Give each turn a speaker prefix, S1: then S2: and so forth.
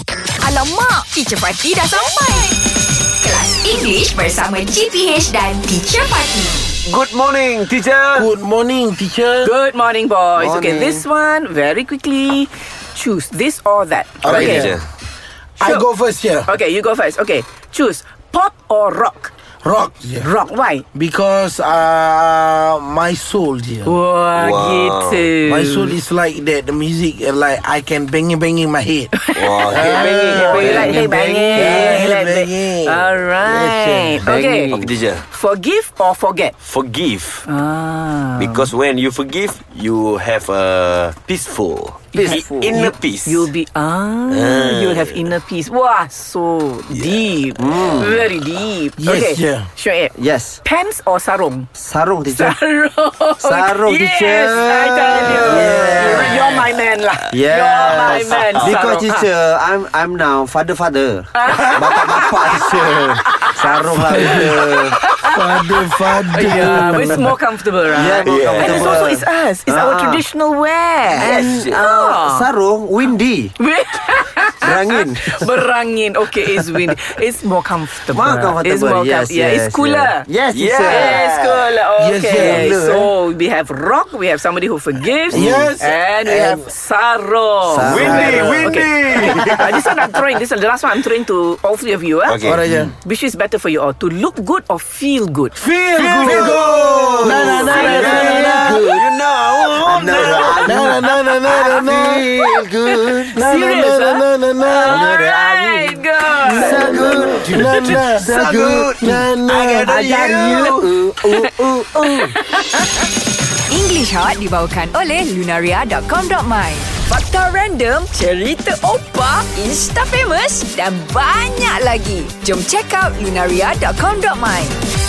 S1: macam mak. Teacher Fatih dah sampai. Kelas English bersama GPH dan Teacher Fatih.
S2: Good morning, teacher.
S3: Good morning, teacher.
S4: Good morning, boys. Okay,
S3: Morning.
S4: this one very quickly. Choose this or that.
S3: Alright,
S4: okay.
S2: teacher.
S3: I go
S4: Sure.
S3: first here.
S4: Okay, you go first. Okay, choose pop or rock.
S3: Rock, dear.
S4: Rock. Why?
S3: Because uh, my soul, dear.
S4: Wah,
S2: Wow.
S4: gitu.
S3: My soul is like that. The music, uh, like I can bang it, bang in my head.
S2: Wow, okay.
S4: Bang
S3: Ah,
S4: it, bang it, like
S3: bang it,
S4: bang it,
S3: bang it,
S4: like
S3: bang
S4: bang-
S3: it.
S4: Alright.
S3: Yes,
S4: Okay.
S2: okay, teacher.
S4: Forgive or forget.
S2: Forgive
S4: Ah.
S2: because when you forgive, you have a peaceful,
S4: Peaceful.
S2: i- inner
S4: You-
S2: peace.
S4: You'll be ah, you'll have inner peace. Wow, so deep, very deep.
S3: Yes,
S4: okay,
S3: yeah.
S4: Shoaib.
S5: Yes
S4: Pants or sarung?
S5: Sarung teacher
S4: Sarung.
S5: Sarung,
S4: yes,
S5: teacher.
S4: I tell you.
S5: Yeah.
S4: You're my man lah.
S5: Yes
S4: You're my man.
S5: Because
S4: sarung.
S5: teacher I'm I'm now father father Bapak-bapak teacher Sarung lah teacher
S3: father,
S4: Ah,
S3: father.
S4: yeah, but it's more comfortable,
S5: Yeah,
S4: right?
S5: more
S2: Yeah.
S4: And it's also it's us. It's our
S5: Ah.
S4: traditional wear.
S2: yes.
S4: Ah.
S5: Sarung uh, windy Berangin
S4: Berangin. Okay, it's windy. It's more comfortable.
S5: More comfortable
S4: It's more
S5: yes,
S4: com- yeah,
S5: yes,
S4: it's cooler.
S5: Yes, yes teacher
S4: Yes, cool.
S3: Yes,
S4: Okay.
S3: yes.
S4: so we have rock, we have somebody who forgives,
S3: Yes.
S4: and we have Saro.
S5: Sarong.
S2: windy,
S3: Ah,
S5: Okay.
S2: windy.
S4: uh, this one I'm throwing. This one, the last one I'm throwing to all three of you. Eh?
S2: Okay.
S3: Alright, yeah.
S4: Which is better for you all, to look good or feel good?
S3: Feel good. Na, na, na, na, na, na, na.
S2: You know, oh, no.
S3: Na, na, na, na, na, na, na, na.
S5: Feel good
S3: Na, na,
S4: Serious,
S3: na, na, na, na, na.
S4: all right, good.
S5: So good
S3: Na, na.
S5: So good.
S3: Na, na.
S5: I got you Ooh, ooh, ooh
S1: English Hot dibawakan oleh Lunaria.com.my Fakta random, cerita opa, insta famous dan banyak lagi. Jom check out Lunaria.com.my